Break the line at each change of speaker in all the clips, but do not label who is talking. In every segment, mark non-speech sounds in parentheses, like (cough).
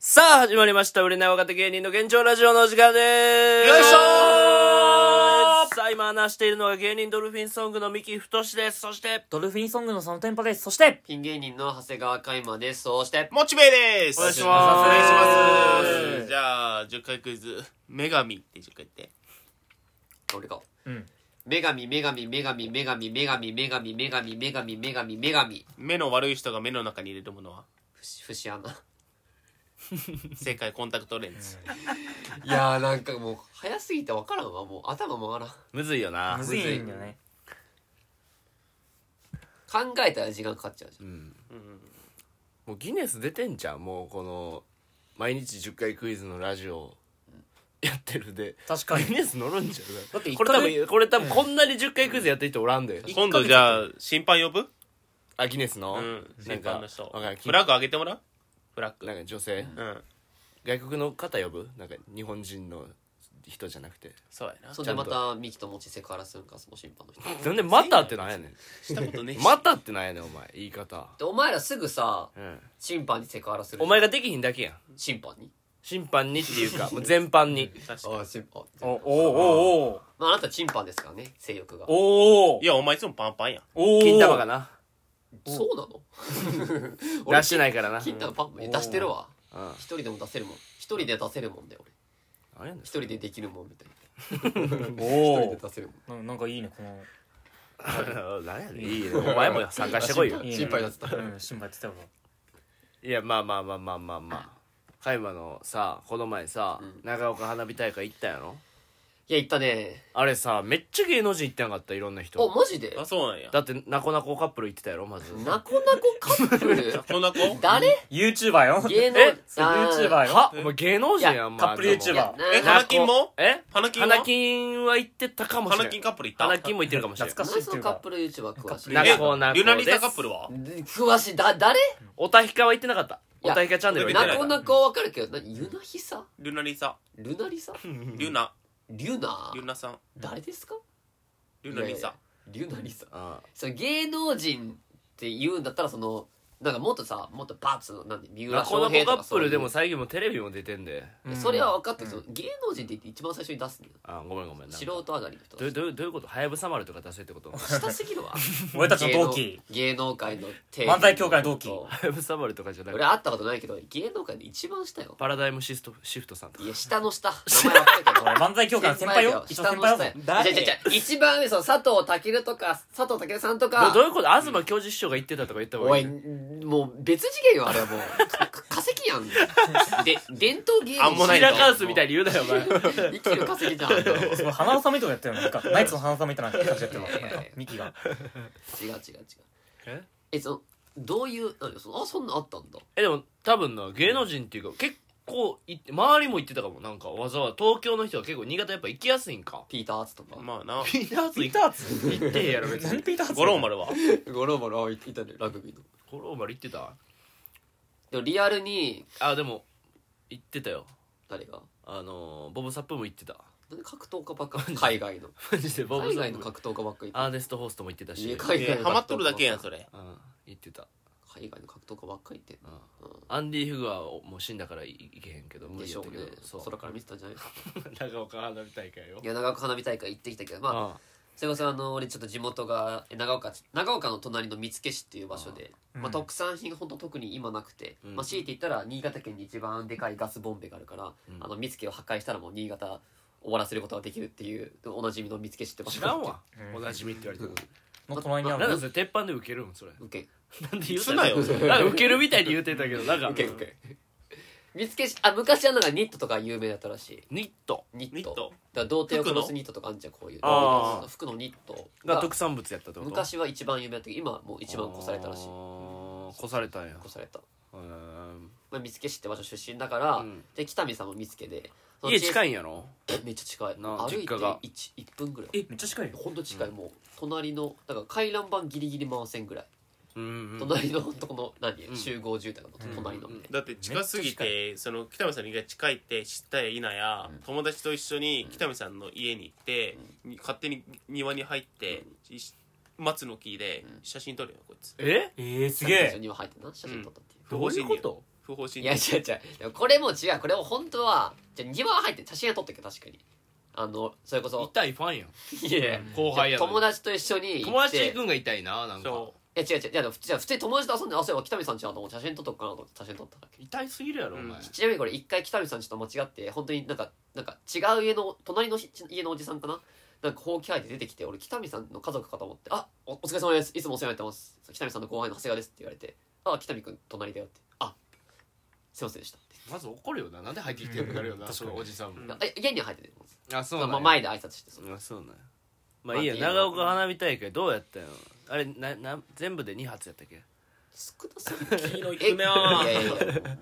さあ、始まりました。売れない若手芸人の現状ラジオのお時間でーす。
よいしょー
さあ、今話しているのは芸人ドルフィンソングの三木太志です。そして、
ドルフィンソングのそのテンポです。そして、
ピン芸人の長谷川海馬です。そして、
モチベです
お願いし
お
ます。
願いし
お願いしますじゃあ10回クイズ「女神」って10回言って
俺か。
うん。
女神、女神、女神、女神、女神、女神、女神、女神、女神、女神。
目の悪い人が目の中に入れるものは
ふし、ふし穴。
正解コンタクトレンズ
(laughs)
いや (laughs) ーなんかもう、早すぎてわからんわ。もう頭回らん。
むずいよな
む。ずいんだよね。
考えたら時間かかっちゃうじゃん。
もうギネス出てんじゃん。もうこの、毎日10回クイズのラジオやってるで。
確かに
ギネス乗るんじゃん。
だって一
こ
回
れ多分、これ多分こんなに10回クイズやってる人おらんで。
今度じゃあ審判呼ぶ
あ、ギネスの、
うん
な
審
んか、
判の人
わかんない
フラッグ上げてもらうフラッグ
なんか女性、
うん
外国の方呼ぶなんか日本人の人じゃなくて。
そうやな
そんでまた、ミキともちセクハラするんか、その審判の人。
なんでまたってなんやねん。
したことねえし
またってなんやねん、お前。言い方。
で、お前らすぐさ、
うん。
審判にセクハラする。
お前ができひんだけやん。
審判に
審判にっていう (laughs) か、もう全般に。
確か
ああ、審判。
お、おお
まあ、あなた審判ですからね、性欲が
お。おお
にいやお前いつもパンパンやん
お
金玉かな。
そうな
(laughs)
の。
出してないいからな。
金玉パンパン出してるわ。
うん。うん
一人でも出せるもん。一人で出せるもんだよ、俺。
あれやねん
一人でできるもんみたいな。一人
お
で出せるも
(laughs)
ん。
おななんかいいね、この。
何やねんいいねお前も参加してこいよ
いいね
心配だった
うん、心配だってたわ。
いやまあまあまあまあまあまあ加山のさこの前さ、
うん
長岡花火大会行ったやろ
いや、行ったね。
あれさめっちゃ芸能人行ってなかったいろんな
お、
人
マジで
あそうなんや
だってなこなこカップル行ってたやろまず
なこなこカップ (laughs) ル
こんな子
誰
YouTuber よ。
芸能
え
そう YouTuber よ。
お前芸能人
いや
やんま
カップル YouTuber
いや
え
な
花金も
え
花金は
花金は行ってたかもしれ
花
な
金
い
カップルいった
花金も行ってるかもしれな
懐
い
か
何そのカップル YouTuber 詳しい
な
え
こなこです
ユナリタカップルは
で詳しいだ誰
おたひかは行ってなかった
いや
おたひかチャンネルは行って
な
な
こ
かっ
なこはわかるけど何ユナヒサ
ルナリサ
ルナリサ
リュナ
リュナ
リュナさん
誰ですか
リュナリサ
リュナリサ
たあ
その芸能人って言うんだったらそのなんかもっとさもっとバーツのなんで三
あな
浦
こ
翔
な
平
ことカッ
かそ
プ
うい
ル
う
でも最近もテレビも出てんで
うん
それは分かってる、その芸能人って言って一番最初に出すんだよ
あごめんごめんなんか
素人上がりの人
どうどうどういうことはやぶさ丸とか出せってことは
下すぎるわ
俺たちの同期。
芸能芸能界の底
漫才協会同期
やぶさ丸とかじゃなく
俺
て
会ったことないけど芸能界で一番下よ
パラダイムシストシフトさんとか
いや下の下名前分かるけど (laughs)
俺漫才協会の先輩よ。一応
下
先
の
輩
下
だ
や
ぞ。
じゃじゃじゃ一番上その佐藤健とか佐藤健さんとか
どどういうこと東教授師匠が言ってたとか言った方
お
が
い
いい
もう別次元よあれはもうか化石やんで伝統芸
アンモナ
能
イ
シラ
ト
カンスみたいに言うなよお前
生きる化石じゃんあんたは
すごい、花納めとかやったよね。なんか (laughs) ナイツの花納めとかなんかやってたわ
いやいやいや。
ミキが。
違う違う違う
(laughs) え
えそのどういう何そのあそんなんあったんだ
えでも多分な芸能人っていうか結構行って周りも行ってたかもなんかわざわざ東京の人は結構新潟やっぱ行きやすいんか
ピーターズとか
ま
(laughs)
あな
ピーターズ
ピ
行
ターツ
ってへんやろ別
何
に
ピターツ
五郎丸は
ゴロゴロいたねラグビーの
五郎丸行ってた
でもリアルに
あでも行ってたよ
誰が
あのーボブ・サップも行ってた
なんで格闘家ばっか海外の
マジでボブ・
海
サ
外
ッ
の
プ
格闘家ばっかりいた
アーネスト・ホーストも行ってた
い
し
や海外の格闘家
ハマっとるだけやんそれ
うん行ってた
海外の格闘家ばっかりいてんな
アンディ・フグアもう死んだから行けへんけど
うん
無
で
理
し
やっ
ょ
た
う
け
ね
どそう
空から見てたんじゃないか
長岡花火大会よ
いや長岡花火大会行ってきたけどまあ
あ
それこそあの俺ちょっと地元がえ長岡長岡の隣の見附市っていう場所で
うん
まあ、特産品本当特に今なくて、
うん
まあ、強いて言ったら新潟県に一番でかいガスボンベがあるから、
うん
あの見附を破壊したらもう新潟終わらせることができるっていうおなじみの見附市って場
知
所
らんわ
うん
おなじみって言われても
の隣にあ
なん
る
だそれ鉄板で受けるんそれ
受け
なんで言う
すなよそれ
なんか受けるみたいに言うてたけどなんか
受け受け見附市あ昔はなんかニットとか有名だったらしい
ニット
ニット
ニット
だから童貞を
服の
殺すニットとかあんじゃんこういう
あー
服のニット
が
が
特産物やったってこと
昔は一番有名だったけど今はもう一番越されたらしい
あー越されたんや
越された、
うーん
まあ、見附市って場所出身だから、
うん
で北見さんも見附で
家近
い
いんやろ
めっちゃ近い
な
歩いて
実家が
1, 1分ぐらい
え、めっちゃ近いよ。
ほんと近い、もう隣のだから回覧板ギリギリ回せんぐらい、
うんうん
隣のとこの何、
ん
集合住宅の隣のみたいな、
だって近すぎてその北見さんの家が近いって知ったや否や、
うん
友達と一緒に北見さんの家に行って、に勝手に庭に入って、いし松の木で写真撮るよこいつ
え
えー、すげ
一緒
え。
には入ってな写真撮ったっていう、
どういうこ
ど
と
不法侵
いや違
入
う違うでもこれも違うこれも本当はじゃあ庭入って写真は撮ったけど確かにあのそれこそ
痛いファンやん
いやいや
後輩やのに
友達と一緒に行って
友達と行くんが痛いななんか
そ
いや違う違ういやでもじゃあ普通に友達と遊んであそういえば北見さんちゃんと思って写真撮っとくかなと思って写真撮っただけ
痛いすぎるやろお前、
うん
ちなみにこれ一回北見さんちょっと間違って本当になんかなんか違う家の隣のひ家のおじさんかななんかほうき入って出てきて俺北見さんの家族かと思って「あおお疲れ様ですいつもお世話になってます北見さんの後輩の長谷川です」って言われて「あ北見君隣だよ」って「あすいませんでした」って
まず怒るよななんで入ってきてるのなるよ
うん
な
確
そ
かに
のおじさんも、
う
あ家には入ってて
あそうなん
ま
や
あ、前で挨拶してその
あそうなんやまあいいや長岡花火大会どうやったよあれなな全部で2発やったっけ
少なすぎる
黄色い
え
く
い
ね
やいやいや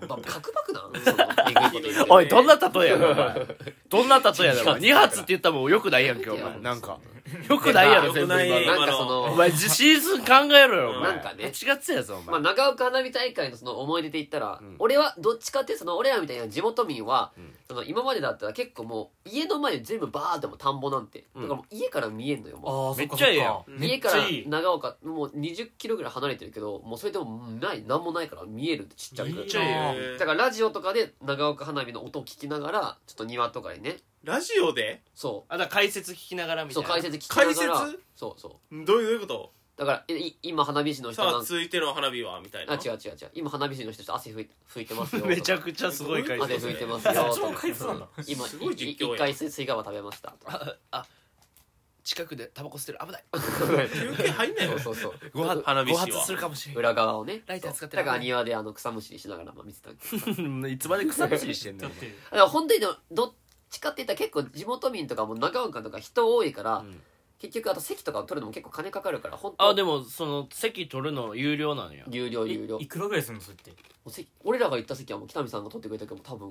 ば核爆弾そのえぐいこと言って
おいどんな例えやろお前どんな例えやろお前2発って言ったらもうよくないやんけお
い
前
や
なんかよくないやろ
よく
全部
ない
今
なん
の
かその
お前シーズン考えろよお前
なんかね
8月やぞお
まあ、
前
長岡花火大会のその思い出で言ったら、
うん
俺はどっちかっていうとその俺らみたいな地元民は、
うん
その今までだったら結構もう家の前全部バーってもう田んぼなんて、
うん
だからもう家から見えんのよ
あ
も
あそっ
め
か
っちゃええやん
そっ
う
め
家
っ
か
ち
ら
ゃいい
長岡もう2 0キロぐらい離れてるけどもうそれでもない何もないから見えるってちっちゃく
めっ
う
ちゃええやん
えー
だからラジオとかで長岡花火の音を聞きながらちょっと庭とかにね
ラジオで
そ
あだから解説聞きながら
う
みた
そ
いうな
解説聞きながら
解説
そうそ
どういうこと
うだからえい今花火師の人
さ
な
あ
ん
続いての花火はみたい
あ
な
違う違う違う今花火師の人ちょっと汗拭い拭いてますよ
(laughs) めちゃくちゃすごい解
汗
説
拭いてますよ
そっちも解説なんだ
今
すごい実況や
一回水が食べました
ああ近くでタバコ捨てる危ない
休憩入んない
(laughs) そう
よ
そうそう
ご
飯花火師は
発するかもしれ
裏側をね
ライター使って
そ
ない
うだから庭であの草むしりしながらまあ見てたんだけど
んいつまで草むしりしてんの
だって
だから本当にでもどっちかって言ったら結構地元民とかも長岡とか人多いから、
うん
結局あと席とか取るのも結構金かかるから本当
あでもその席取るの有料なんや
有料
え
有料も
いくらぐらいするのそれって
う席俺らが行った席はもう北見さんが取ってくれたけど多分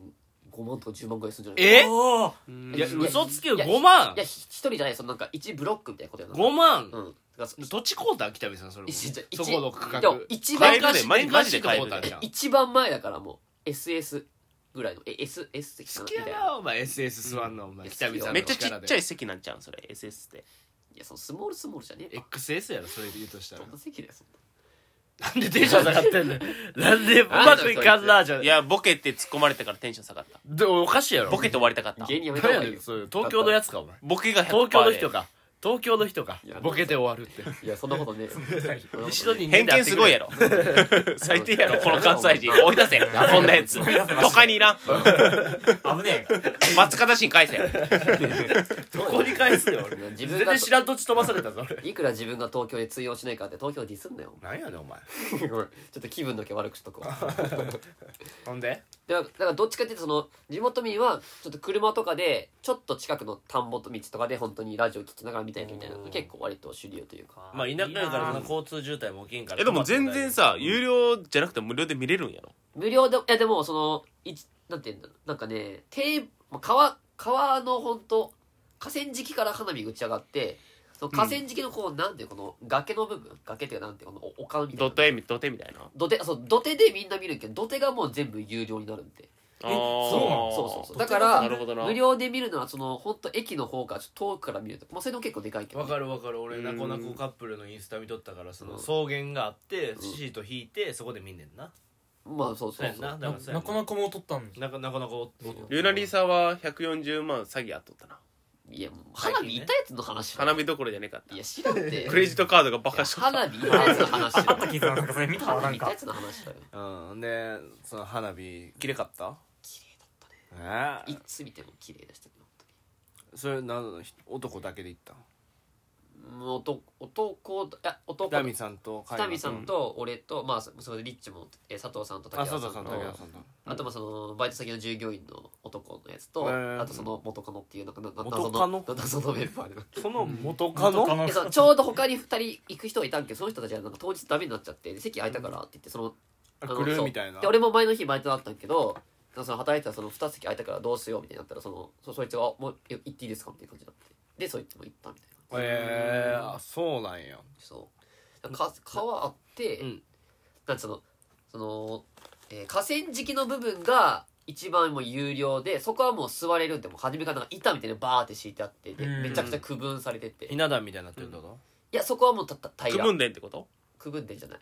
5万とか10万ぐらいするんじゃない
え
あ
いや
いや
嘘つけよ
いや
5万
いやひ一人じゃないそのなんか1ブロックみたいなことやな
5万
うんだからそ
土地買うた北見さんそれも
一じゃ
そ
一
この区画
でも一番
年間
買える
し
でマジ
年間しか買うた
マ
ん
ジ
じ
で
ゃん
一番前だからもう SS ぐらいのえ SS 席か
好
な
き
みたい
や
な
なお前 SS 座んのお
う
前
ん
北見さんの
めっちゃちっちゃ
い
い席なんちゃうんそれ SS で
いやそのスモールスモールじゃねえ
XS やろそれで言うとしたら
どんな席だよそん
(laughs)
な
なんでテンション下がってんの (laughs) なんでうまくいかんなじゃん
いやボケって突っ込まれたからテンション下がった
でもおかしいやろ
ボケて終わりたかった
芸人やめた
何や
方が
ね
いい
ん
よ
それ東京のやつかお前
ボケが100%
東京の人か東京の人か
いや
ボケて終わるって
いやそんなことねえよ
一度に
偏見すごいやろ (laughs) 最低やろ (laughs) この関西人追い (laughs) 出せこんなやつ都会にいらん
危ねえ
松方市に返せ
(laughs) どこに返すよ俺 (laughs)
自
全
分が
然知らん土地飛ばされ (laughs) たぞ俺
いくら自分が東京で通用しないからって東京ディスんな (laughs) よ
なんやねんお前
ちょっと気分だけ悪くしとこう
ほんで
でだからどっちかっていうとその地元民はちょっと車とかでちょっと近くの田んぼと道とかで本当にラジオ聞きながら見たいみたいなのが結構割と主流というか
まあ田舎やからそんな
こ
交通渋滞も起きんから
えでも全然さ
うん
有料じゃなくて無料で見れるんやろ
無料でいやでもそのいちなんて言うんだろうなんかね堤まあ川川の本当河川敷から花火打ち上がってその河川敷のこう、なんていうこの崖の部分崖っていうかなんていうこのお丘みたいな
ドット絵みドット絵みたいな
土手そう土手でみんな見るけど土手がもう全部有料になるんで
あー
そうなの
そうそうそう
土
だ
手
か
が
なる
ら
ほどな
無料で見るのはその本当駅の方からちょっと遠くから見ると、まあ、それでも結構でかいけど
わかるわかる俺
うん
なこなこカップルのインスタ見とったからその
うん
草原があってシート引いてそこで見んねんな
まあそう
そ
そうう
やん
そう
なだからそうや
なかなかもう取ったん
なかなかなかお
ルナリーさんは140万詐欺あっとったない
やもう花火いたやつの話
花火どころじゃねえかった
いや知らんて
(laughs) クレジットカードがバカしとった
花火いたやつの話だよ
あ
(laughs)
った気がするなんかそれ見たわな
花
ん
火いた
か
やつの話だよ
うんでその花火きれかった
綺麗だった
ええ
ねいつ見ても綺麗でしたけど
それなの男だけで行ったの
もう男男いや男
北見さんと
北見さ
海
んと俺とまあそそれでリッチもえー佐藤さんと
馬あそ
竹
う
田
だそ
さん
う
と
だ武田さんと
あとまあそのバイト先の従業員の男のやつと
へー
あとその元カノっていうなんかなな
元
謎
カノ
の (laughs) 謎のメンバ
(laughs)
ーで
その元カ
元カ
ノ
ノ
えそうちょうど他に2人行く人がいたんけどその人たちはなんか当日ダメになっちゃって席空いたからって言ってその
あ
あの
来る
そう
みたいな
で俺も前の日バイトだったんけどその働いてたその2席空いたからどうしようみたいになったらそのそそいつがあ「もうえ行っていいですか?」みたいな感じになってでそいつも行ったみたいな
ええあそうなんや
そうか川あって、
うん
なんつうのその、えー河川敷の部分が一番もう有料でそこはもう座れるんでもう初めからなんか板みたいなのバーって敷いてあってで
うん
めちゃくちゃ区分されてて
ひ
い
な壇みたいになってるってこと
やそこはもうたた
区
平
分でんってこと
区分でじゃない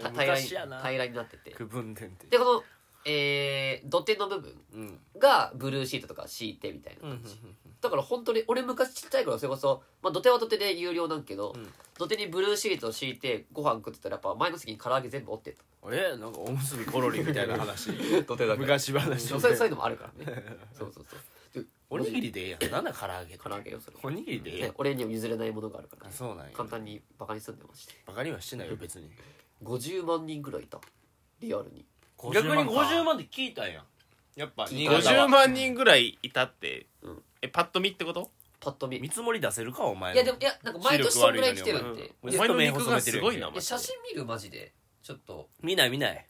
た平らに
昔やな
平らになってて
区分点って
でこのえー、土手の部分
うん
がブルーシートとか敷いてみたいな
うんうん
感じ、だから本当に俺昔ちっちゃい頃それこそ、まあ、土手は土手で有料なんけど、
うん
土手にブルーシートを敷いてご飯食ってたらやっぱ前の席に唐揚げ全部折ってた
うんえなんかおむすびコロリみたいな (laughs) 話
土手だから
昔話
そうそうそういうのもあるか
(laughs)
らねそうそうそうで
おにぎりでええやんなんだ唐揚げ
唐揚げよそれ
おにぎりでええや
ね
ん
俺にも譲れないものがあるから
あそうなんや
簡単にバカにすんでまして
バカにはしてないよ別に
50万人ぐらいいたリアルに
逆に50
万
万で聞いたんややっぱ
聞い
新
た
潟は
50万人ぐらいいたって、
うん
えパッと見ってこと
パッと見い
見積もり出せるかお前の
やでもいやなんか毎年そんぐらい来てる
う
っ
視力悪いの
て
に
お前の肉がすごいな
お
マ
で
ジ
写真見るマジでちょっと
見ない見ない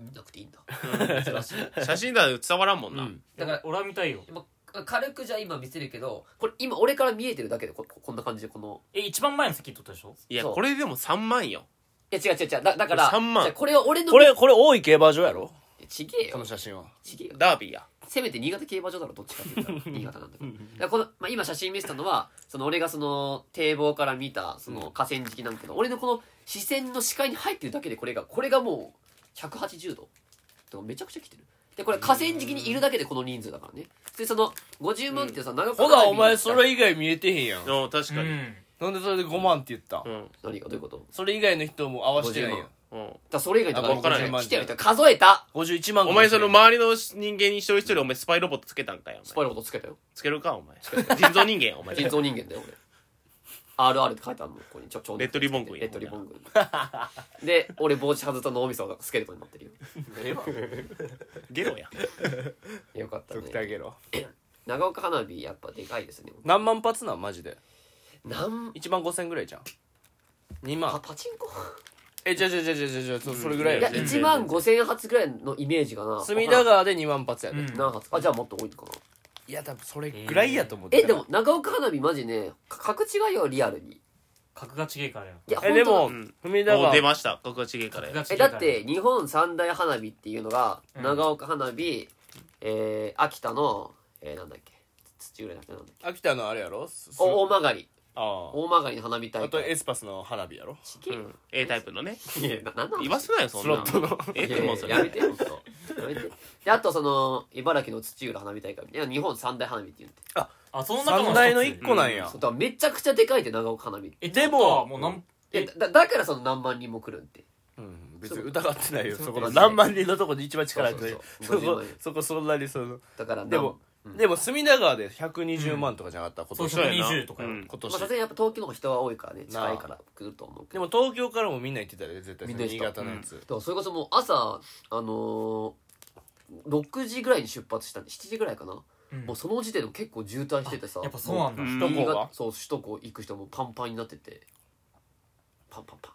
見なくていいんだ
で
珍しい
うん写真だと伝わらんもんな、
だから
俺は見たいよ
ま軽くじゃあ今見せるけどこれ今俺から見えてるだけでこここんな感じでこの
え一番前の席取ったでしょ
いや
そう
これでも3万よ
いや違う違う違うだだから
3万
じゃあこれは俺の
これこれ多い競馬場やろ
ちげえ
この
よ
写真は
ちげえよ
ダービーや
せめて新潟競馬場だろどっちか
(laughs)
って言ったら新潟なんだけどだからこの、まあ、今写真見せたのはその俺がその堤防から見たその河川敷なんだけど、俺のこの視線の視界に入ってるだけでこれがこれがもう180度だからめちゃくちゃ来てるでこれ河川敷にいるだけでこの人数だからねでその50万ってさ、長く
ほらお前それ以外見えてへんやん
うん確かに
なんでそれで5万って言った、
うん
何がどういうことだか
それ以外の人も合わせてないやん
うん
らそれ以外
あわから
ない
来てる人数えた
51万
お前その
ま
周りの人間に一人一人お前スパイロボットつけたんかよ
ス
お
パイ
前
のことつけたよ
つけるかお前人造人間やお
(laughs)
前
人造人間だよ俺 RR って書いてあるのここにちょちょ
レッドリボン軍や
レッドリボン軍で俺帽子外した脳みそがスケルトンになってるよ
ゲロや
よかった
取ってあ
ね
げろ
長岡花火やっぱでかいですね
何万発なんマジで
なん
1万5000ぐらいじゃん2
パ
万
パチンコ
えじゃじゃじゃじゃじゃじゃそそれぐ
は
らい
い
や
や
全然
1万5000発ぐらいのイメージかな
隅田川で2万発やで、
うん
何発かあじゃあもっと多いのかない
や多分それぐらいやと思って
えでも長岡花火マジねか格違いよリアルに
格が違えからよ
いや
えで
本当だ
も
うん
隅田
もう
川
出ましたここがちげえから
格
や
が違
え
えか
だ
ら
って日本三大花火っていうのが
うん
長岡花火、えー秋田の、えーなんだっけ土浦だっけなんだっけ
秋田のあれやろすす
お大曲り
あ
大曲りの花火
あ
大
あとエ
会
スパスの花火やろ
ち
う
げえ
ん A タイプのね
いやななんなの
言わせないよそんな
スロットの
え
いやい
で
や
もそれ
やめてよ本当やめてであとその茨城の土浦花火大会みたいな日本三大花火って言うんで
あその中の一つ
三大の1個なんや、
そうだからめちゃくちゃでかいって長岡花火って
えでももうなん
いやだだからその何万人も来るんって
うん、別に疑ってないよ
そう
そこの
そうそう
何万人のとこで一番力あるのに
そうそう
そ
そ
こ
う50万人
そこそんなにその
だからなん
でも
うん
でも隅田川で120万とかじゃなかった今
そう
年
そうやな
120とかよ
うん
今
まあ
年
さすがにやっぱ東京の方が人が多いからね近いから来ると思うけ
で
ど
も東京からもみんな行ってたで絶対
みんな行っ
新
てた
潟のやつ
だからそれこそもう朝あのー、6時ぐらいに出発したんで7時ぐらいかな、
うん
もうその時点でも結構渋滞しててさ
やっぱそうなんだ
うん
もう
首
新
が
潟そう首都高行く人もパンパンになっててパンパンパ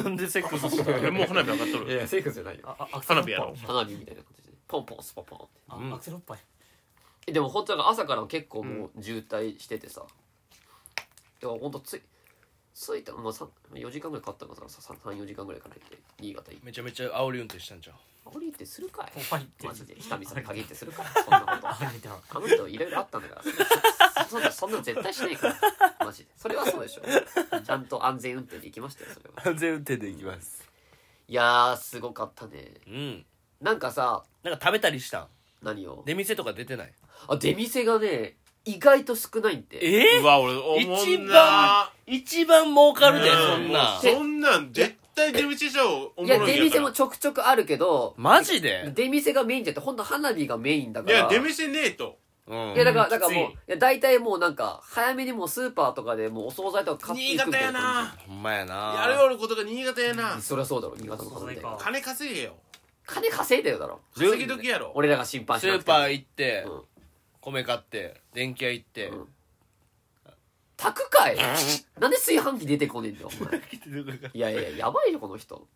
なんでセックスした
俺もう花火上がっと
ンい
る
やセックスじゃないよ
ああアクセル
花
六
火やろ
本
花火みたいな感じでポンポン (laughs) スパポンって
うん
あアクセル六杯
えでも本当だから朝から結構もう渋滞しててさ、だから本当つい着いたまあさ4時間ぐらいかかったのかな34時間ぐらいかかって新潟行って
めちゃめちゃ煽り運転したんじゃん
煽りってするかい
ポパイって
マジで北見さんに限ってする (laughs) かそんなこと
あみたいな
あの人いろいろあったんだからそそそんな (laughs) そんなの絶対しないからマジでそれはそうでしょちゃんと安全運転で行きましたよそれは
安全運転で行きます
いやーすごかったね
うん
なんかさ
なんか食べたりしたん
何を
出店とか出てない
あ出店がね意外と少ないんで
え
うわ俺思
一
んな
番一番儲かるで
うん
そんな
もうそんなん絶対出口上お
い
も
や
ろい
出
んやか
店
ら
もちょくちょくあるけど
マジで
出店がメインじゃって本当花火がメインだか
い
ら
や出店ねえと
うん
いやだからだ
きつい
からもういや大体もうなんか早めにもうスーパーとかでもうお惣菜とか買って
新
いく
潟
みたい
や
な感
な
ほんまやな
やるよることが新潟やな
じそりゃそうだろ新潟の
そう
花火
か
金稼げよ
金稼いでよだろ
稼ぎ時やろ
俺らが心配
ス
しな
ー
くて
パ
も
ー行って
うん
米買って電気屋行って
うん炊くかい (laughs) なんで炊飯器出てこねえんだよお前いやいややばいよこ
(laughs)
の人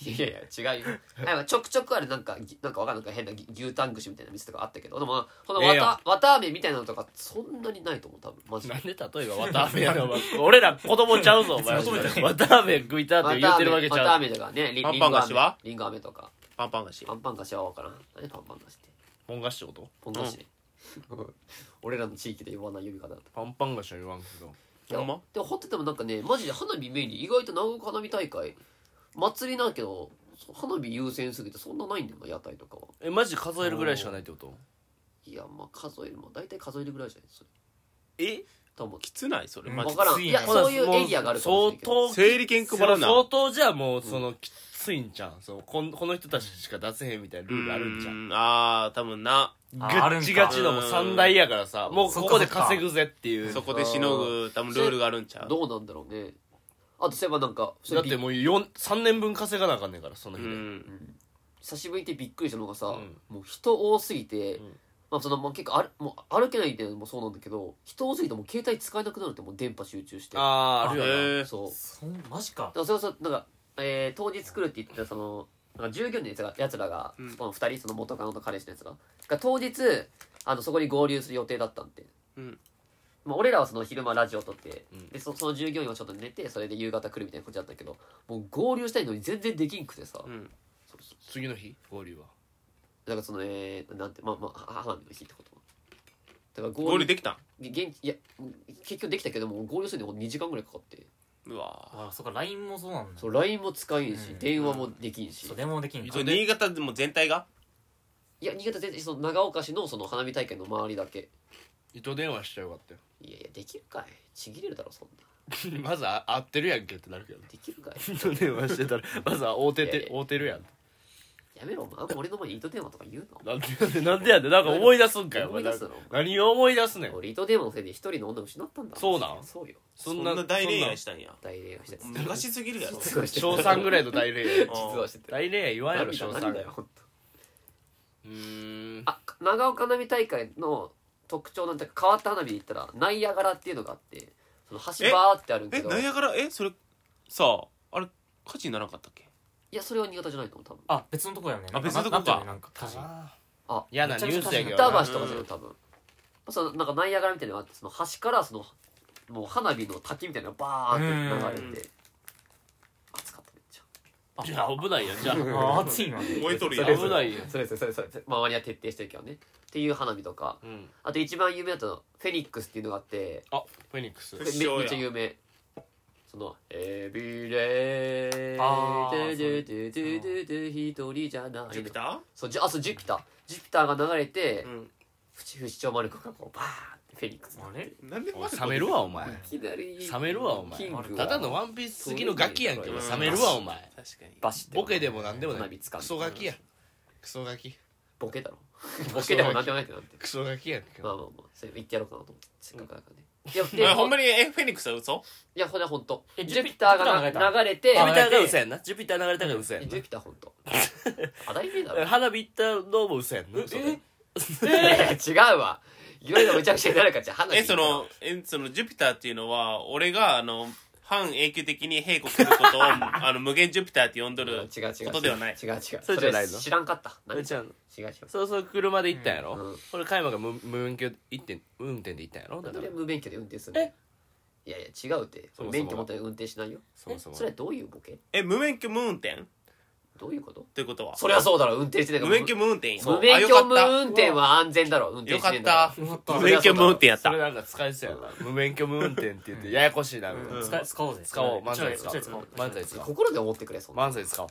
いやいや違うよなんかちょくちょくあるなんかぎなんかわかんないなんか変なぎ牛タン串みたいな店とかあったけどでもまあこの
ええ
わ
や
たわたあめみたいなのとかそんなにないと思う多分マジ
(laughs)
で
なんで例えば綿あめやの俺ら子供ちゃうぞお前
求めてない
綿あめ食いたって言ってるわけち
わた
ゃ
あ
う
めだからねり
パンパン菓子は
りんご飴とか
パンパン菓子
パンパン菓子は分からん何パンパン菓子って
ポン菓子ってこと
ポン菓子、 (laughs) 俺らの地域で言わない呼び方だと
パンパン菓子は言わんけど
で
ほんま
もでも掘っててもなんかねマジで花火メインに意外と長岡花火大会祭りなんやけどそ花火優先すぎてそんなないんだよな屋台とかは
えマジ数えるぐらいしかないってこと
いやまあ数えるまあ大体数えるぐらいじゃないですか
え
多分
きつないそれ
まあ
分から
き
ん
つい
い
ね
やそういうエリアがあるかもしれないけ
相
ど
当
整理券配らな
相当じゃあもうそのきついんじゃんそのこんこの人たちしか出せへんみたいなルールあるんじゃん
うああ多分な
ああ
ぐ
る
っ
ん
ち
か
がちのもう三大やからさ
うん
もうここで稼ぐぜっていう
そこでしのぐ多分ルールがあるんちゃう
どうなんだろうねあとそういえばなんか
だってもう3年分稼がなあかんねんからその
う
日で、
ん
久しぶりでびっくりしたのがさ、
うん
もう人多すぎて、
ん
まあそのまあ、結構あるもう歩けないっていうのもそうなんだけど人多すぎてもう携帯使えなくなるってもう電波集中して
あああるよな、
へえ
そう
そんマジか
だからそれこそなんか、えー当日来るって言ってたそのなんか従業員のやつがやつらが、
うん
その2人その元カノと彼氏のやつらが当日あのそこに合流する予定だったんで、
うん
まあ、俺らはその昼間ラジオ撮って、
うん
でそその従業員はちょっと寝てそれで夕方来るみたいな感じだったけどもう合流したいのに全然できんくてさ、
うん
そうそう
次の日合流は
だからそのえー、なんてまあまあは花火の日ってことだから
ゴー
合
ル
流
できたん
現いや結局できたけども合流するのに2時間ぐらいかかって
うわ
あそっか LINE もそうなんだ
そう LINE も使えんし、
うん
電話もできんし、
そう電話もできんか
それ新潟でも全体が
いや新潟全然その長岡市のその花火大会の周りだけ
糸電話しちゃよか (laughs) ったよ
いやいやできるかいちぎれるだろそんな
まずあ合ってるやんけってなるけどね
できるかい
糸電話してたらまずは合うて
いや
て
いや
合うてるやん
やめろお前あんま俺の前に糸電話とか言うな
なんでやねんなんでやねんなんか思い出すんかよお
思
前
い出すの
何を思い出すねん
俺糸電話のせいで一人の女を失ったんだ
そうなん
そうよ
そんな大恋愛したんや
大恋愛してた
昔すぎるやろ
実はして
そ
た
んな小3ぐらいの
(laughs)
大恋愛
あ
実はして
(laughs)
た
大恋愛言わんやろ小
涙なん
3
だよ本当
うーん
あ長岡花火大会の特徴なんて変わった花火で言ったらナイアガラっていうのがあってその橋バーってあるけ
え
ど
ナイアガラえそれさああれ火事にならなかったっけ
いやそれは新潟じゃないと思う多分
あ別のとこやね
あ別のとこか
なんなんか火事
あ
あ
嫌なニュースやけど
板
な
橋とかじゃない多分そのなんかナイアガラみたいなのがあってその端からそのもう花火の滝みたいなのがバーって流れて熱かっためっちゃ
あ
じゃあ危ないやんじ
(laughs)
ゃあ
あ暑いな
燃えとるやん
それ
危ないやん
それそれそれそれ周りは徹底してるけどねっていう花火とか
うん
あと一番有名だったのはフェニックスっていうのがあって
あフェニックス
め
不祥や
めっちゃ有名その「エビレイ」
あー
「ででででで一人じゃないの」
ジュピタ
そうジュあそうジュピタージュピターが流れて
ーうん
不死不死鳥丸子がこうバーンってフェニックス
あれ
なんで
おい冷めるわお前
いきなり
冷めるわお前
キングは
ただのワンピース好きのガキやんけお
うん
前冷めるわお前
確かに
バシッて
ボケでもなんでもな
花
い
火つかん
ク
で
ソガキやクソガキ
ボケだ
(laughs)
ろボケでもなんでもないってなって
クソガキやんけ
まあまあまあそれ言ってやろうかなと思ってせっかくだからねいや
え
で
ほんまにえフェニックスは嘘
いやほんとほんと
え
ジュピターがな流れて
ジュピタ
あ
ーが嘘やんなジュピター流れたが嘘やんな
ジュピターほん
(laughs)
とあだいめだろ
花火行ったのも嘘やんなそれ
え
いや違うわいろいろめちゃくちゃになるからじゃあ話
えそのえそのジュピターっていうのは俺があの半永久的に閉庫することをあの無限ジュピターって呼んど
違う
る
違う違う
ことではない
違う違う
それじゃないの
それ知らんかった何
えちゃん
違う違う
そうそう車で行ったんやろ、
うん
俺加山が無無免許一点運転で行ったんやろ
な
だ
ん
か
で
ら
俺無免許で運転するのいやいや違うって
そもそも
免許持って運転しないよ
そもそも
それはどういうボケ
え無免許無運転
どういうこと
ということは
そりゃそうだろ運転してないか
無
ら
免許無運転や
無
あ
免
よ
許
か
無
った
運転は安全だろ運転
よ
し
か
ねえ
っ
んだから
た
よかっ
無
た
免許無運転やっ
そ
た
れなんか使えそうやな無免許無運転って言ってややこしいなみたいな、
うん
使え使おうぜ
使おう漫
ちょ
才
い
使
ちょい使
お
お
う
う
漫才使おう
心で思ってくれそんな
漫才使おう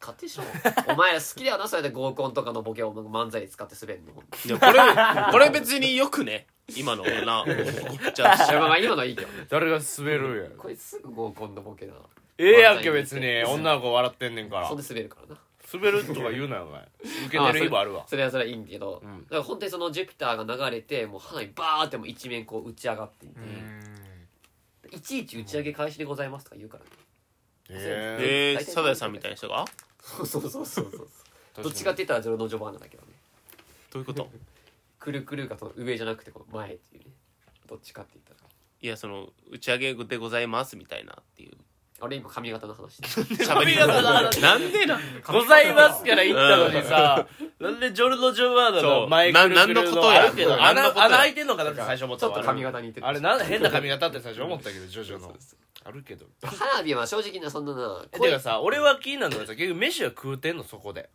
勝手でしょ
(laughs)
お前ら好きだよなそれで合コンとかのボケを漫才に使って
(laughs)
滑るの
いやこれこれ別によくね今のなじゃ
(laughs) いやまあ
あ
まあ今のはいいけど
誰が滑るんやん
これすぐ合コンのボケだな
ええやんけ別に女の子笑ってんねんから
そんで滑るからな
滑るとか言うなよお前受けてる日もあるわ
それはそれはいいんだけど、
うん
だから本当にそのジュピターが流れてもう花火バーってもう一面こう打ち上がっていて、いちいち打ち上げ開始でございますとか言うからね、
え
えー、サザエさんみたいな人が
そうそうそうそう
(laughs)
そう
え
どっちかって言ったらゼロの序盤なんだけどね
どういうこと
くるくるがその上じゃなくてこの前っていうねどっちかって言ったら
いやその打ち上げでございますみたいなっていう
俺今髪型
(laughs)
の話してる
喋り方なんでな
ございますから言ったのにさ、 (laughs) なんでジョルノ・ジョバーナ
そ
の
う
前来る
な
来
何
る
のことや
あるけど、
何の
穴、
ことや
穴開いてんのかなって最初思っ
ち
た
ょ
わ
っと髪型似てる
あれ、なん変な髪型って最初思ったけど、ジョジョの。あるけど。
花火は正直なそんなな
えてかさ、俺は気になるのがさ、結局飯は食うてんの、そこで。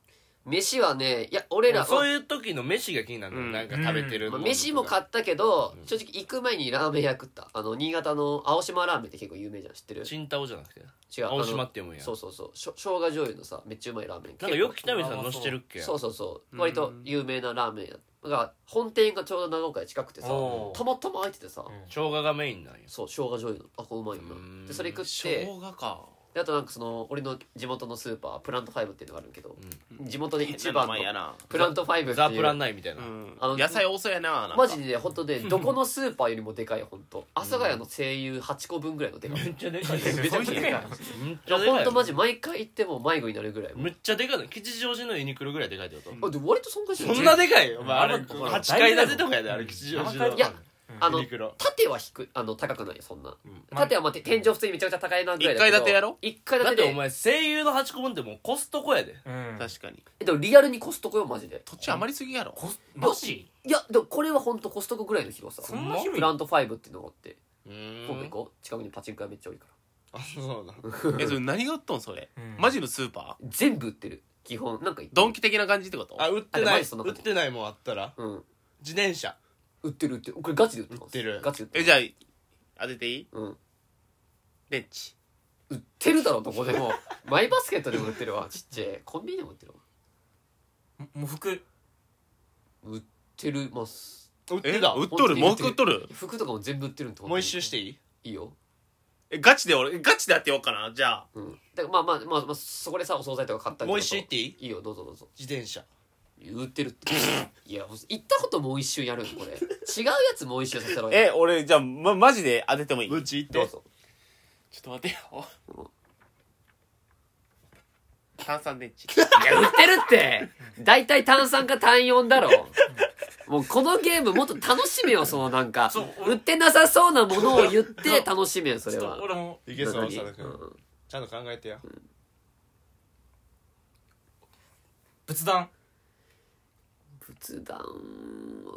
飯はねいや俺ら
そういう時の飯が気になるの、
うん
なんか食べてる
まあ
の、
飯も買ったけど
うん
正直行く前にラーメン屋食ったあの新潟の青島ラーメンって結構有名じゃん知ってる
チンタオじゃなくて
違う
青島
あ
って読むん
の
や
そうそうそうしょ生姜醤油のさめっちゃうまいラーメン
なんかよく
結
北見さんのしてるっけ
構そうそうそう
うん
割と有名なラーメン屋だから本店がちょうど長岡で近くてさ
おー
たまたま空いててさ、
うん
生姜がメインなんや
そう生姜醤油のあこれうまいよ
うーん
なでそれ食っ
生
て
姜か
であとなんかその俺の地元のスーパープラントファイブっていうのがあるんだけど、
うん
地元で一
一番
番の
前やな
プラントファイブって
ザ・プ
い
ラン
う
ないみたいな、
うん
あの
野菜多そうやななんか
マジでね本当ねどこのスーパーよりもでかい本当阿佐ヶ谷の声優8個分ぐらいのでかい
めっちゃでかい
め
めち
ち
ゃ
ゃ
く
く
ち
ち
ゃ
ゃ
で
でかい
かいな
な
めっちゃで
本
かい
当マジ毎回行っても迷子になるぐらい
めっちゃでかいの吉祥寺のユニクロぐらいでかいってこと、
あでも割と損壊してる
そんなでかいよ、お前あれ
うん
8階建てとかやであれ吉祥寺の
いやあの
ユニクロ
縦は低いあの高くないよそんな、
ん
縦はまあて天井普通にめちゃくちゃ高いなぐらいだけど
一階建てやろ
1階
だ
建
っててお
で
前声優の8個分ってもうコストコやで
うん
確かに
えでもリアルにコストコよマジで
土地余りすぎやろ
コスマジ
いやでもこれは本当コストコぐらいの広さ
そんな広い
プラント5っていうのがあって
う
今度行
ん
こう近くにパチンコ屋めっちゃ多いから
あそうだ
えそれ何が売っとんそれ
うん
マジのスーパー
全部売ってる基本なんか
ドンキ的な感じってこと
あ売って
あ
な
れマ
い
ジそんなこ
売っ
と
てないもんあったら
うん
自転車
売ってる売ってるこれガチで売ってます
売ってる
ガチで売って
え
る
じゃあ当てていい
うん
レンチ
売ってるだろどこでも (laughs) マイバスケットでも売ってるわちっちゃいコンビニでも売ってるわ
もう服
売ってるます
売っ
え
てた
売っとる
持
文
ってる
句売っとる
服とかも全部売ってるんって
もう一周していい
いいよ
えガチで俺えガチで当てようかなじゃあ
うんだからまあまあまあ、まあ、そこでさお惣菜とか買ったりとか
もう一周行っていい
いいよどうぞどうぞ
自転車
売ってるっていや行ったこともう一周やるんこれ違うやつもう一周させろよ
え俺じゃあまマジで当ててもいい
ブチ行
どう
って
ぞ
ちょっと待てよ
うん。
炭酸電池。
いや売ってるって大体炭酸か単4だろもうこのゲームもっと楽しめよそのなんか
そう
売ってなさそうなものを言って楽しめよそ
ち
れ
ょっ
は
と俺も
いけそう
何
長田君
うん
ちゃんと考えてよ
仏壇
仏壇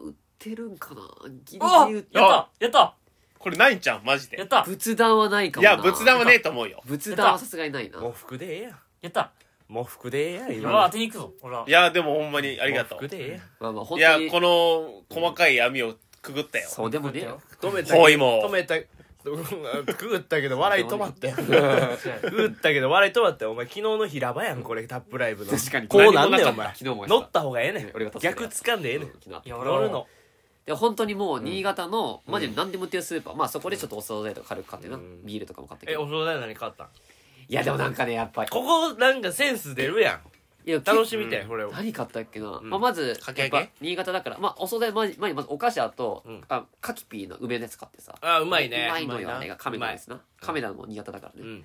売ってるんかなギリギ
あ
リ売
や
っ
ってたやった
これないんちゃんマジで。
やった
仏壇はないか
い
もな
や、仏壇はねえと思うよ。
仏壇はさすがにないな
喪服でええやん
やった
喪服でええやん
俺
今
は
の
当てに行くぞ俺はい
や、でもほんまにありがと
喪服
う。
でええやん
まあまあ本
いや
当、に
この細かい網をくぐったよ。
そうでもねえよ
止めた
包囲網
止めた (laughs) くぐったけど笑い止まったよ
違う
くぐったけど笑い止まったよお前昨日の平場やんこれタップライブの
確かに
こうなんねんお
何もな
前
かった昨日もやった
乗った方がええね
俺が立
ん
つから
逆つかんでええねん
昨日
いや俺は
乗るの
で本当にもう新潟の、マジで何でも売ってるスーパー、まあそこでちょっとお惣菜とか軽く買ってな、
うん
ビールとかも買って
え
くる
お惣菜何買ったん
いやでもなんかねやっぱり
ここなんかセンス出るやん
いや
楽しみた
う
い
ん
これを
何買ったっけ
ん
な、まあ、まず
かき
や
揚
っ
げ
ぱ新潟だからまあお惣菜前に前にまずお菓子だと、
うん
あカキピーの梅で使ってさ
あうまいね
うまいのよ
うまいな
あれが亀田ですな亀田も新潟だからね、
うん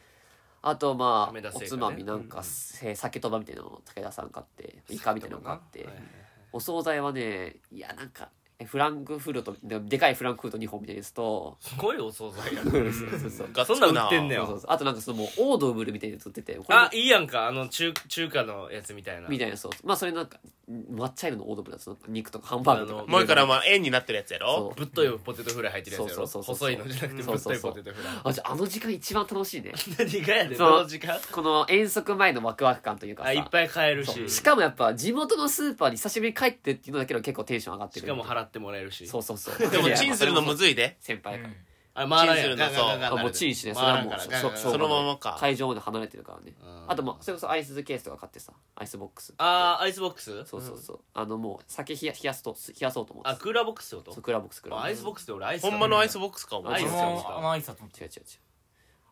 あとま
亀
あ
田
お
製菓ね
つまみなんか、せ酒とばみたいなのを武田さん買ってイカみたいなの買って、
はいはいはい
お惣菜はねいやなんかえフランクフルトででかいフランクフルト2本みたいなやつと
すごいお惣菜や
そ
ん
うそうそう
ガッツ
そん
く
なん売ってんね
そう
よ
そうそうあとなんかそのもうオードブルみたいなやつ売っててこれも
あいいやんかあの中中華のやつみたいな
みたいなそうまあそれなんか抹茶色のオードブルだと肉とかハンバーグと
あ
か
の
もう一個な、まあ、円になってるやつや
そ
ろ。
ぶっといポテトフライ入ってるやつや
そう
ろ
そうそうそ
細
う
いのじゃなくて
そ
ぶ
う
っ
そう
とい
そう
ポテトフライ
あじゃああの時間一番楽しいね
何がやで
そう
この時間
この遠足前のワクワク感というかさ
あいっぱい買える
そう
し
しかもやっぱ地元のスーパーに久しぶりに帰ってっていうのだけでも結構テンション上がって
し
る
かも払ってもらえるし
そうそ
(laughs)
うそう
で
い
も
や
チンするのむずいで。
先輩やから、
あれ回らんや
チンするの
ガンガンガンガン
あもうチンしねそ
回
れは
らん
もう
から
そ
ガンガンガン
う
そのままか。
会場まで離れてるからね
うん
あとまあそれこそアイスケースとか買ってさアイスボックス
あーアイスボックス
そうそうそう、あのもう酒冷や冷やすと冷やそうと思って
あクーラーボックスってこ
そう
と
クーラーボックスクーラー
あ
ボッ
ア
ク
イスボックスって俺アイス
ほんまのアイスボックスか、お
ア
前
イ
そ
ス。
のあの挨拶も
ス違う違う違う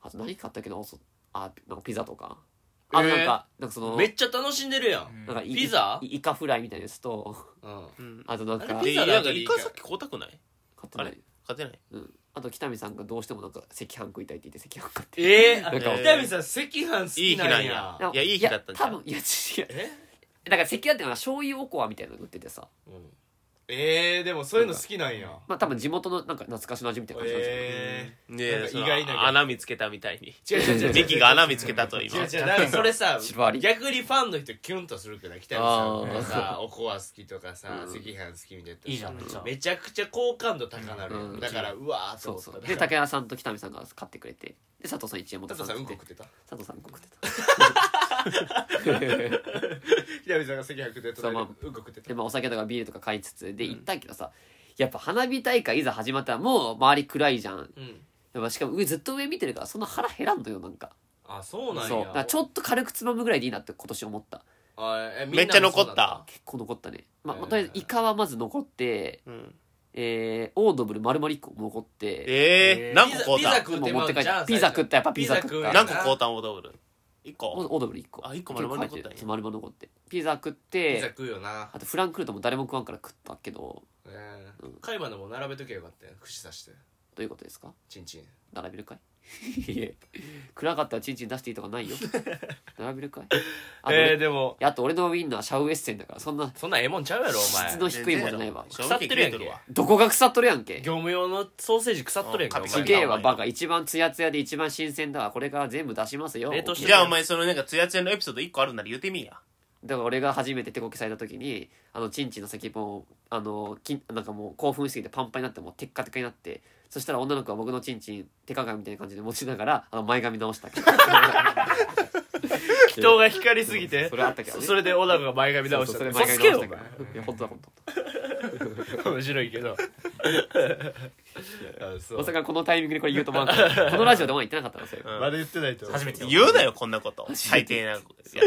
あと何買ったっけどあなんかピザとかあ
えー
なんかなんかその
めっちゃ楽しんでるやん
なんかい
ピザ
イカフライみたいなやつと
うん
うん。
あとなんか
あ
買
れ
で、
ピザ
な
だ
ん
け
か、
でい
イ
いから
カさっき買うたくない
ってない
勝てない。
うん、あと北見さんがどうしてもなんか赤飯食いたいって言って赤飯買って
えー、あ
なんか
北見さん赤飯好きなんや
いい日なんや
ない
やいい日だったんじゃん
多分いや違う
え
だから赤飯ってのは醤油おこわみたいなの売っててさ
うんえー、でもそういうの好きなんや
まあ多分地元のなんか懐かしの味みたいな感じなんですよ、
えな
ね
ん
え
か、
その
意外な
穴見つけたみたいに。
ー、違う違う違う違う
(laughs) ミキが穴見つけたと、
違う
今。
違うだからそれさ
縛り
逆にファンの人キュンとするけど北見さんがさおこわ好きとかさ
うん
赤飯好きみたいなやったら
いいじゃんめっちゃ
めちゃくちゃ好感度高なるやん、
うん
だからうわーと
そ
思
う
った
そうで武田さんと北見さんが買ってくれてで佐藤さん一円も
佐
た
藤さんうんこ食
て
ってた
佐藤さんうんこ食ってた
平見さんが赤白で
そ
隣
うま
で
あ
うんこ食ってた
(laughs) でまあお酒とかビールとか買いつつで行ったけどさ、やっぱ花火大会いざ始まったらもう周り暗いじゃん
うん
やっぱしかも上ずっと上見てるからそんな腹減らんのよなんか
あそうなん
そうだか
や
らちょっと軽くつまむぐらいでいいなって今年思った
あえみんなも
めっちゃ残
そ
っ
うなん
た
だ
結構残ったね、まあ
えー
まあ、とりあえずイカはまず残って、
うん
えー、オードブル丸々1個残って
ええ何個買う
ピザ
た
食う
も
て
う
ま
持
う
って
ん
帰っ
じゃ
た
ん
ピザ食ったやっぱピ
ピ
ザ
ザ
食
食
っ
う
た
や
何個買うたんオードブル1
オ
個
ードブル1個
あ一個丸々残ったんや
結構書いてるそう丸々残ってピザ食っ
ピザ
て
食うよな
あとフランクフルトも誰も食わんから食ったけど
ねえ海馬のも並べとけばよかったよ串刺して
どういうことですか
チンチン
並べるかい (laughs) いえ暗かったらチンチン出していいとか
(laughs)
ないよ並べるかいあと,、
えーでも
あと俺のウインナーシャウエッセンだからそんな
そんなんええもんちゃうやろ
質の
お
低いもんじゃないわ
腐ってるやんけ
わ
どこが腐っとるやんけ
前業務用のソーセージ腐っとるやんか
うん
お
買
す
前
ってき
げ
た
えわバカ一番ツヤツヤで一番新鮮だわこれから全部出しますよ
冷凍して
じゃあお前そのなんかツヤツヤのエピソード1個あるなら言うてみいや
だから俺が初めて手こきされた時にあのチンチンの先っぽもあのきんなんかもう興奮しすぎてパンパンになってもうテッカテカになってそしたら女の子は僕のチンチン手鏡みたいな感じで持ちながらあの前髪直したけど
人が光りすぎて
それあったけど
そ
ね
それで小高が前髪直し
そう
た
そ
助け
れ前髪直し
よ
たけどいや本当だ本当
面白いけ
(laughs)
どあそ
まさ
う
かこのタイミングでこれ言うと思わなかったこのラジオでお前言ってなかったのそれ
うん
まだ言ってないと思う
初めてよ
言うなよこんなこと最低なや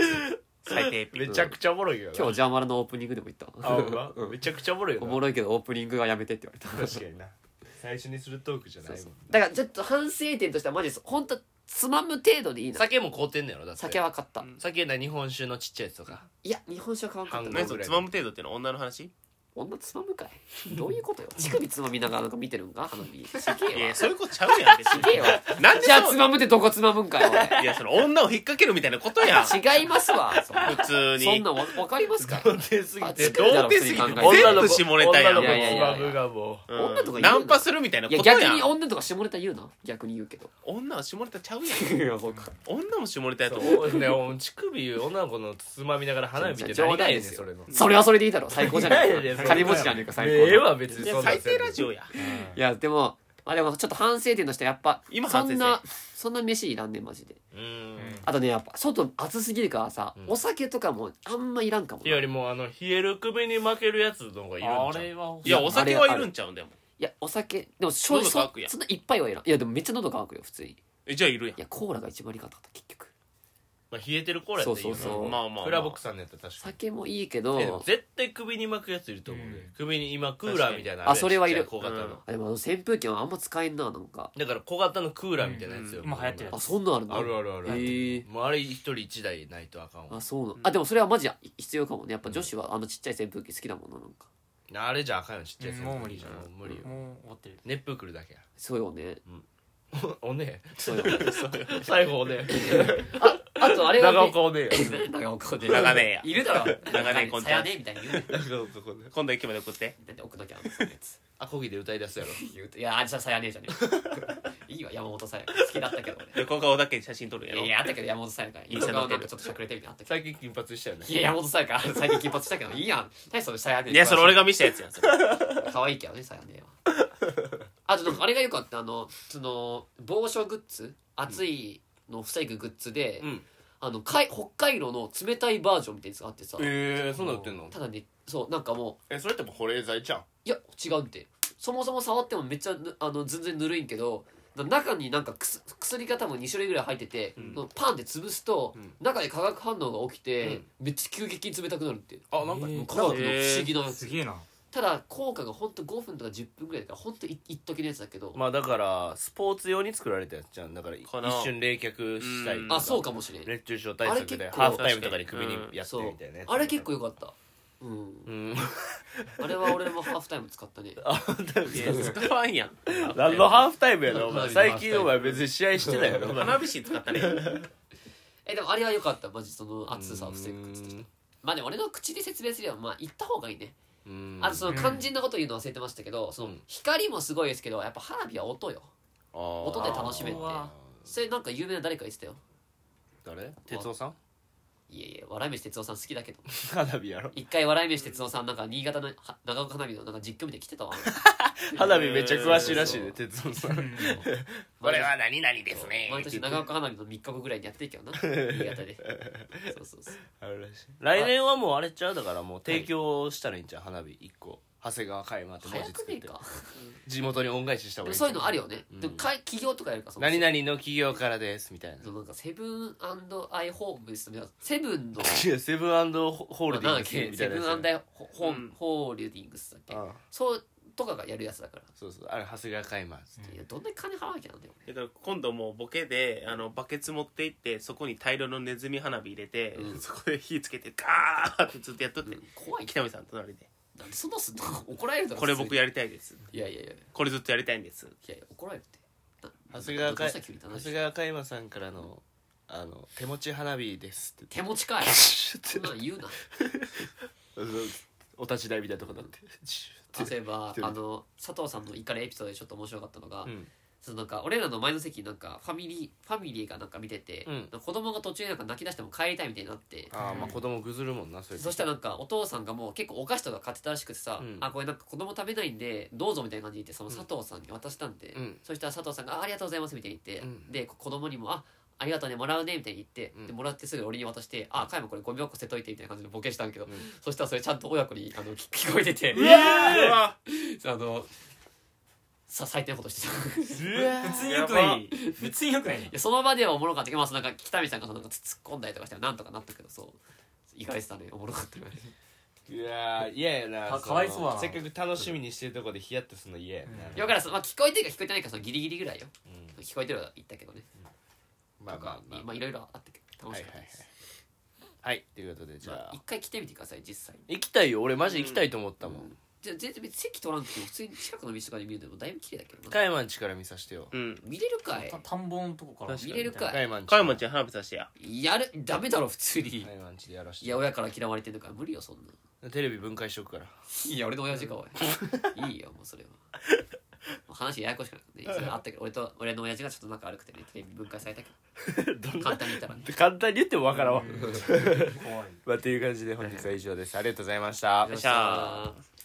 つ最低エピ
めちゃくちゃおもろいけど
今日
日
ジャーマラのオープニングでも言ったわ
あほん (laughs) まめちゃくちゃおもろいよ
お
な
もろいけどオープニングはやめてって言われた
確かにな最初にするトークじゃないもん
だからちょっと反省点としてはマジです本当つまむ程度でいいな
酒も凍ってんのやろだって
酒は買った
酒な日本酒のちっちゃいやつ
(laughs)
とか
いや日本酒は買わんかった
半
な
分
つまむ程度ってのは女の話
女つまむかい (laughs) どういうことよ乳首つまみながらなんか見てるんか花火すげ
い
え
や
わ
そういうことちゃうやん別
すげえ
に
わ
なんで
じゃあ
そ
つ
の
まむってどこつまむんかよ
いやその女を引っ掛けるみたいなこと
(laughs)
やん普
違いますわそ
通に
そんなんわわかりま
(laughs)
すか
童貞すぎ
あ
て
作るだろ
童貞すぎて
普通に考え
全
たら
部下ネタやん
女の子
いやいやいや
のつまむがも
うん
女とか言うな
ナンパするみたいない
や
ことやん
逆に女とか下ネタ言うな逆に言うけど
女は下ネタちゃうやん
いやそうか
女も下ネタやと思う
うねお乳首女の子のつまみながら花火って何がいいねんそれの
それはそれでいいだろ最高じゃない
いやいや
金持ちじゃねえか最
ええ
高
わ別に
いや
そんな
最低ラジオや
いやでもまあでもちょっと反省点としてやっぱ
今
そ
反省
ん
点
なそんな飯いらんねんマジで
うん
あとねやっぱ外暑すぎるからさ、お酒とかもあんまいらんか
っ
も
て
な
よりもあの冷える首に負けるやつの方がいるん
あ
ちゃう
れはい
やお酒はいるんちゃうんでも
いや、お酒、でも、しょ
喉
そ
乾くやん
そんないっぱいはいらん。いや、でもめっちゃ喉乾くよ、普通に。い
えじゃあいるや
や、コーラが一番ありがたかった、結局。
まあ冷えてるコーラやったらいいよな
そうそうそうん
まあまあ
フラボックさんのやったら確かに
酒もいいけ
えでも
ど、
絶対首に巻くやついると思う
う
ね首に今クーラーみたいなるやん
あそれはいる
ちっちゃ小型
うん
の
あでもあの扇風機はあんま使えんな、なんか。
だから小型のクーラーみたいなやつよ
うん今流行ってるや
あ、そんなんあるの
あるあるある
へー
もうあれ一人一台ないとあかんわ
あ、そうなのあ、でもそれはマジ必要かもね。やっぱ女子はあのちっちゃい扇風機好きだもんな、なんか。
あれじゃあかんよちっちゃいやつ
もう無理
じゃんもう無理よ
もう終わってる
熱風来るだけや
そうよね。
おね
そうよね。
え (laughs) 最後おね
あと、あ
え
れは
長
ね、
岡おねえや
長岡で。
長年や
いるだろ。
長年コンテンツ
さやねみたいに言うね。
長岡おねえ
(laughs) 今度駅まで送って
なんで奥のキャンそのやつ。
あこぎで歌い出すやろ
言うといや、あれじゃさやねじゃねえ。いいわ、山本さや。好きだったけど、俺。
で今回小田家に写真撮るんやろ
いや、あったけど山本さやから。い
い
つ
じゃん
かなんかちょっとしゃくれてみたいなのあったけど。
最近金髪したよね
いや、山本さやか、最近金髪したけど、いいやん。大したことしたやねん。
いやそれ俺が見せたやつやんそれ
可愛いけどね、さやねは。あと、なんかあれがよかった、あの、その、防暑グッズ、暑いのを防ぐグッズで、
うん
あの、かい北海道の冷たいバージョンみたいなやつがあってさ、
えー、そんなん売ってんの
ただね、そう、なんかも
えそれってもう保冷剤じゃん
う、いや、違うんで、そもそも触ってもめっちゃぬ、あの、全然ぬるいんけど、な中になんかくす薬が多分2種類ぐらい入ってて、そのパンって潰すと、
うん
中で化学反応が起きて、めっちゃ急激に冷たくなるって
あなんか
えー
科学の不思議なやつ
すげえ (laughs) な
ただ効果が本当5分とか10分ぐらいだから本当い一時のやつだけど、
まあだからスポーツ用に作られたやつじゃんだから一
この
瞬冷却した
う
い
ん
と
あそうかもしれん、
熱中症対策
あれ
で
結構
ハーフタイムとかに首にやって
そう
みたいなやつ
あれ結構良かったうん
うん
あれは俺もハーフタイム使ったね
いや使わんやん
何のハーフタイムやろお
花
前
火
最近お前別に試合してないやろお前
花火師使ったね
えでもあれは良かったマジその暑さを防ぐ靴としてまあでも俺の口で説明すればまあ言った方がいいね、
うん
あとその肝心なこと言うの忘れてましたけどその
うん
光もすごいですけどやっぱ花火は音よ音
音
で楽しめって
あー
それなんか有名な誰か言ってたよ
誰哲夫さん
いえいえ笑い飯哲夫さん好きだけど
花火やろ
一回笑い飯哲夫さんなんか新潟のは長岡花火のなんか実況見て来てたわ
花火めっちゃ詳しいらしい
そう
ね哲夫さ
(laughs)
ん
これ
何々で
毎年長岡花火の3日後ぐらいにやってるけどな新潟でそうそうそう
あるらしい来年はもうあれちゃうだからもう提供したらいいんちゃう花火一個長谷川嘉山って文
早
字
く
作
ね
っ
え
て
か
地元に恩返しした方が
で
い
も
い
そういうのあるよね、
うん
でもか企業とかやるからその
何々の企業からですみたいな
そのなんかセブンアイホームですみたいなセブンの
いやセブンホールディングスみた
セ
いな
ブン
や
ア
つ
ンダーホホー
うん
ホールディングスだっけ、
うん
そうとかがやるやつだから、
そうそうあれ長谷川嘉山
いやどんなに金払わなきゃなんだよ
えっと今度もうボケであのバケツ持って行ってそこに大量のネズミ花火入れて、
うん
そこで火つけてガーってずっとやっとって、
(laughs)
怖いけ
北見さん隣で
どなんでそんなすんの (laughs) 怒られるだ
「
ろ
これ僕
や
やりたいです
いやいやいやい」
「これずっとやりたいんです」
やいや怒られるってな
長谷川
どう
か
した急に
長
楽しい
谷川嘉山さんからのあの手持ち花火です
(laughs)
って
手持
(laughs)
ちかいそんなん言うな
お立ち台みたいなとこだって
例えば
てる
あの佐藤さんの怒りエピソードでちょっと面白かったのが、
うん
そのなんか俺らの前の席になんかファミリーファミリーがなんか見てて、
うん
なんか子供が途中でなんか泣き出しても帰りたいみたいになって
ああまあ子供ぐずるもんなそれ
そしたらなんかお父さんがもう結構お菓子とか買ってたらしくてさ、
うん
あこれなんか子供食べないんでどうぞみたいな感じで言ってその佐藤さんに渡したんで、
うん
そしたら佐藤さんがあ「ありがとうございます」みたいに言って、
うん
でこ子供にも「あありがとうねもらうね」みたいに言って、
うん
でもらってすぐ俺に渡して「あかいもこれゴミ箱捨てといて」みたいな感じでボケしたんだけど、
うん
そしたらそれちゃんと親子に
(laughs)
あの聞聞こえてて
うわ
あのさ最低なことしてた (laughs) い
普通によくない普通によくないね
やその場ではおもろかったけど、まあ、そのなんか北見さんがそのなんか突っ込んだりとかしたらなんとかなったけどそう行かれてたねおもろかったね
いやー嫌やな
か
の
かわいそうだな
せっかく楽しみにしてるとこでヒヤッとするの嫌やな、
うん
だからその、まあ、聞こえてるか聞こえてないかそのギリギリぐらいよ
うん
聞こえてるは言ったけどね
まあま
とか
あまあ
まあいろいろあったけど楽
はい
し
は
か
い
った
はい
です
はいということでじ
ま
ゃ
あ
あ
一回来てみてください実際に
行きたいよ俺マジ行きたいと思ったもん、
じゃあ全然別に席取らんくても普通に近くの道とかで見るのもだいぶ綺麗だけど
カ
な
ヤマンチから見させてよ
うん
見れるかい
た田んぼのとこから
確
見れるか
カ
い
ヤマンチ
加山ちゃん花火さしてや
やるダメだろ普通に
カヤマンチでやらし
い
て
や親から嫌われてるから無理よそんな
テレビ分解しとくから
いや俺の親父かおいいいよもうそれはもう話ややこしくなくて、ね、それあったけど俺と俺の親父がちょっと仲悪くてねテレビ分解されたけ (laughs) ど簡単に言ったらね
(laughs) 簡単に言ってもわ (laughs) からんわ、
怖い
まあ、という感じで本日は以上ですありがとうございました
よっしゃー
よっしゃー